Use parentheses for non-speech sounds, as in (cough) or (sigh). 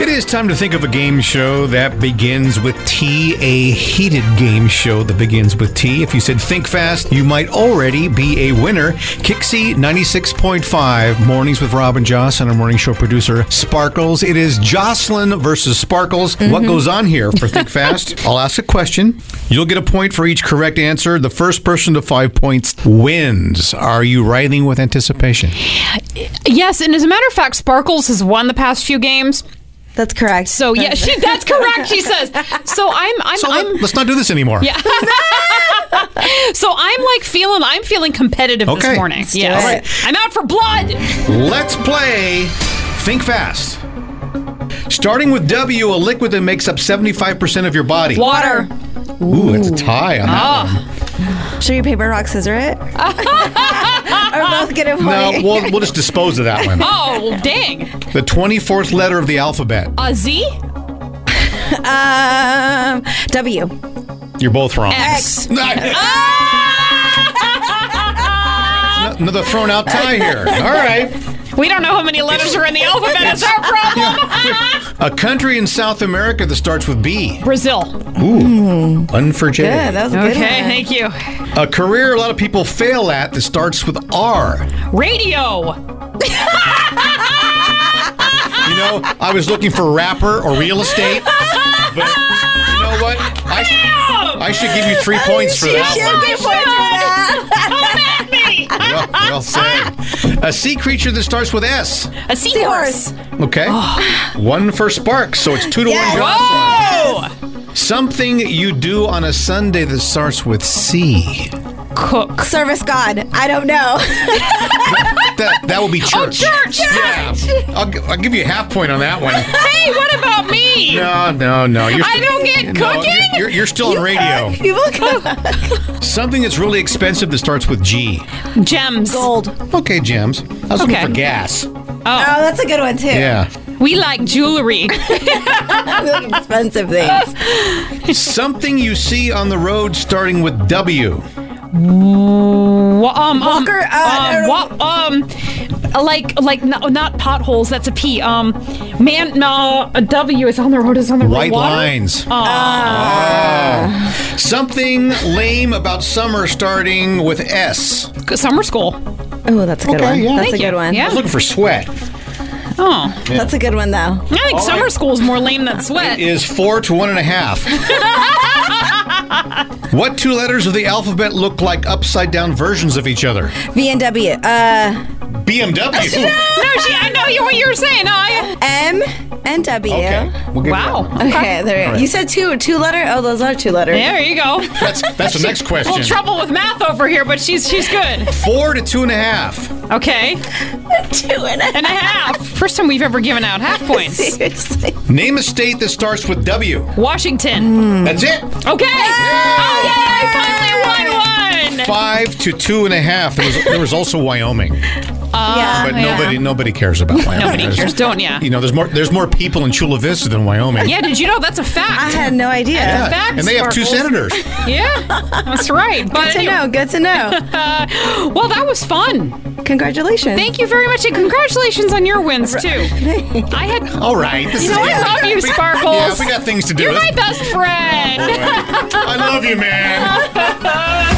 It is time to think of a game show that begins with T, a heated game show that begins with T. If you said think fast, you might already be a winner. Kixie 96.5, Mornings with Rob and Joss, and our morning show producer, Sparkles. It is Jocelyn versus Sparkles. What goes on here for think fast? I'll ask a question. You'll get a point for each correct answer. The first person to five points wins. Are you writhing with anticipation? Yes, and as a matter of fact, Sparkles has won the past few games. That's correct. So yeah, she, that's correct. She says. So I'm I'm So I'm let, us not do this anymore. Yeah. so I'm like feeling I'm feeling competitive Okay. this morning. Let's do Yes, it. I'm out for blood. Let's play Think Fast. Starting with W, a liquid that makes up 75% of your body. Water. Oh, Ooh, that's a tie on Ah. that. Should we paper, rock, scissor (laughs) it? Or both get a No, point? we'll, we'll just dispose of that (laughs) one. Oh well, dang. The 24th letter of the alphabet. A Z. Um, W. You're both wrong. X. (laughs) Another thrown out tie (laughs) here. All right. Ah! We don't know how many letters are in the alphabet. It's our (laughs) problem. A country in South America that starts with B. Brazil. Ooh. Unforgettable. Good, Hmm. that was a good Okay, one. thank you. A career a lot of people fail at that starts with R. Radio. You know, I was looking for rapper or real estate, but you know what? I, sh- I should give you three points for that. Should get points for that. Come at me. Well, well said. A sea creature that starts with S. A seahorse. Okay. One for Sparks, so it's two to Yes. one. Johnson. Oh. Something you do on a Sunday that starts with (laughs) C. Cook. Service God. I don't know. That that will be church. Oh, church. Yeah. I'll, gi- I'll give you a half point on that (laughs) one. Hey, what about me? No, no, no. You're I don't get no, you're- cooking? You're, you're still on radio. (laughs) People go Something that's really expensive that starts with G. Gems. gold. Okay, gems. I was looking Okay. for gas. Oh, that's a good one too. Yeah. We like jewelry. Really expensive (laughs) things. Something you see on the road starting with W. Wa- um, um, Walker, um, uh, no, wa- um, like, like, no, not potholes. That's a P. Um, man, no, a W is on the road. Is on the road. White Water? Uh. lines. Aw. Oh. Something lame about summer starting with S. I summer school. Oh, that's a good Okay, one. yeah. That's Thank a you. good one. Yeah. was looking for sweat. Oh, That's a good one though. I think summer right. school is more lame than sweat. Oh, Is four to one and a (laughs) half. what two letters of the alphabet look like upside down versions of each other? V and W. (laughs) Uh, (laughs) BMW. no, she, I know you what you were saying. I, M and W. Okay. we'll give you that one. wow. Okay, there. You said two, two letter. Oh, those are two letters. There you go. (laughs) That's, that's the (laughs) next A little question. trouble with math over here, but she's she's good. Four to two and a half. Okay, (laughs) two and a and (laughs) a half. First time we've ever given out half points. Seriously. Name a state that starts with W. Washington. That's it. Okay. Oh yeah, I finally won one. Five to two and a half. There was, there was also Wyoming, yeah. but nobody nobody cares about Wyoming. Oh, (laughs) Nobody There's- cares, don't (laughs) ya? You know, there's more there's more people in Chula Vista than Wyoming. Yeah, did you know that's a I fact? had no idea. Yeah, Facts, and they have two Sparkles. senators. Yeah, that's right. But Good to anyway, know. Good to (laughs) know. uh, well, that was fun. Congratulations. Thank you very much, and congratulations on your wins too. (laughs) I had. Oh, All right, this You is know, I good. love you, Yeah, Sparkles. we got things to do. You're my best Oh, friend. I love you, man.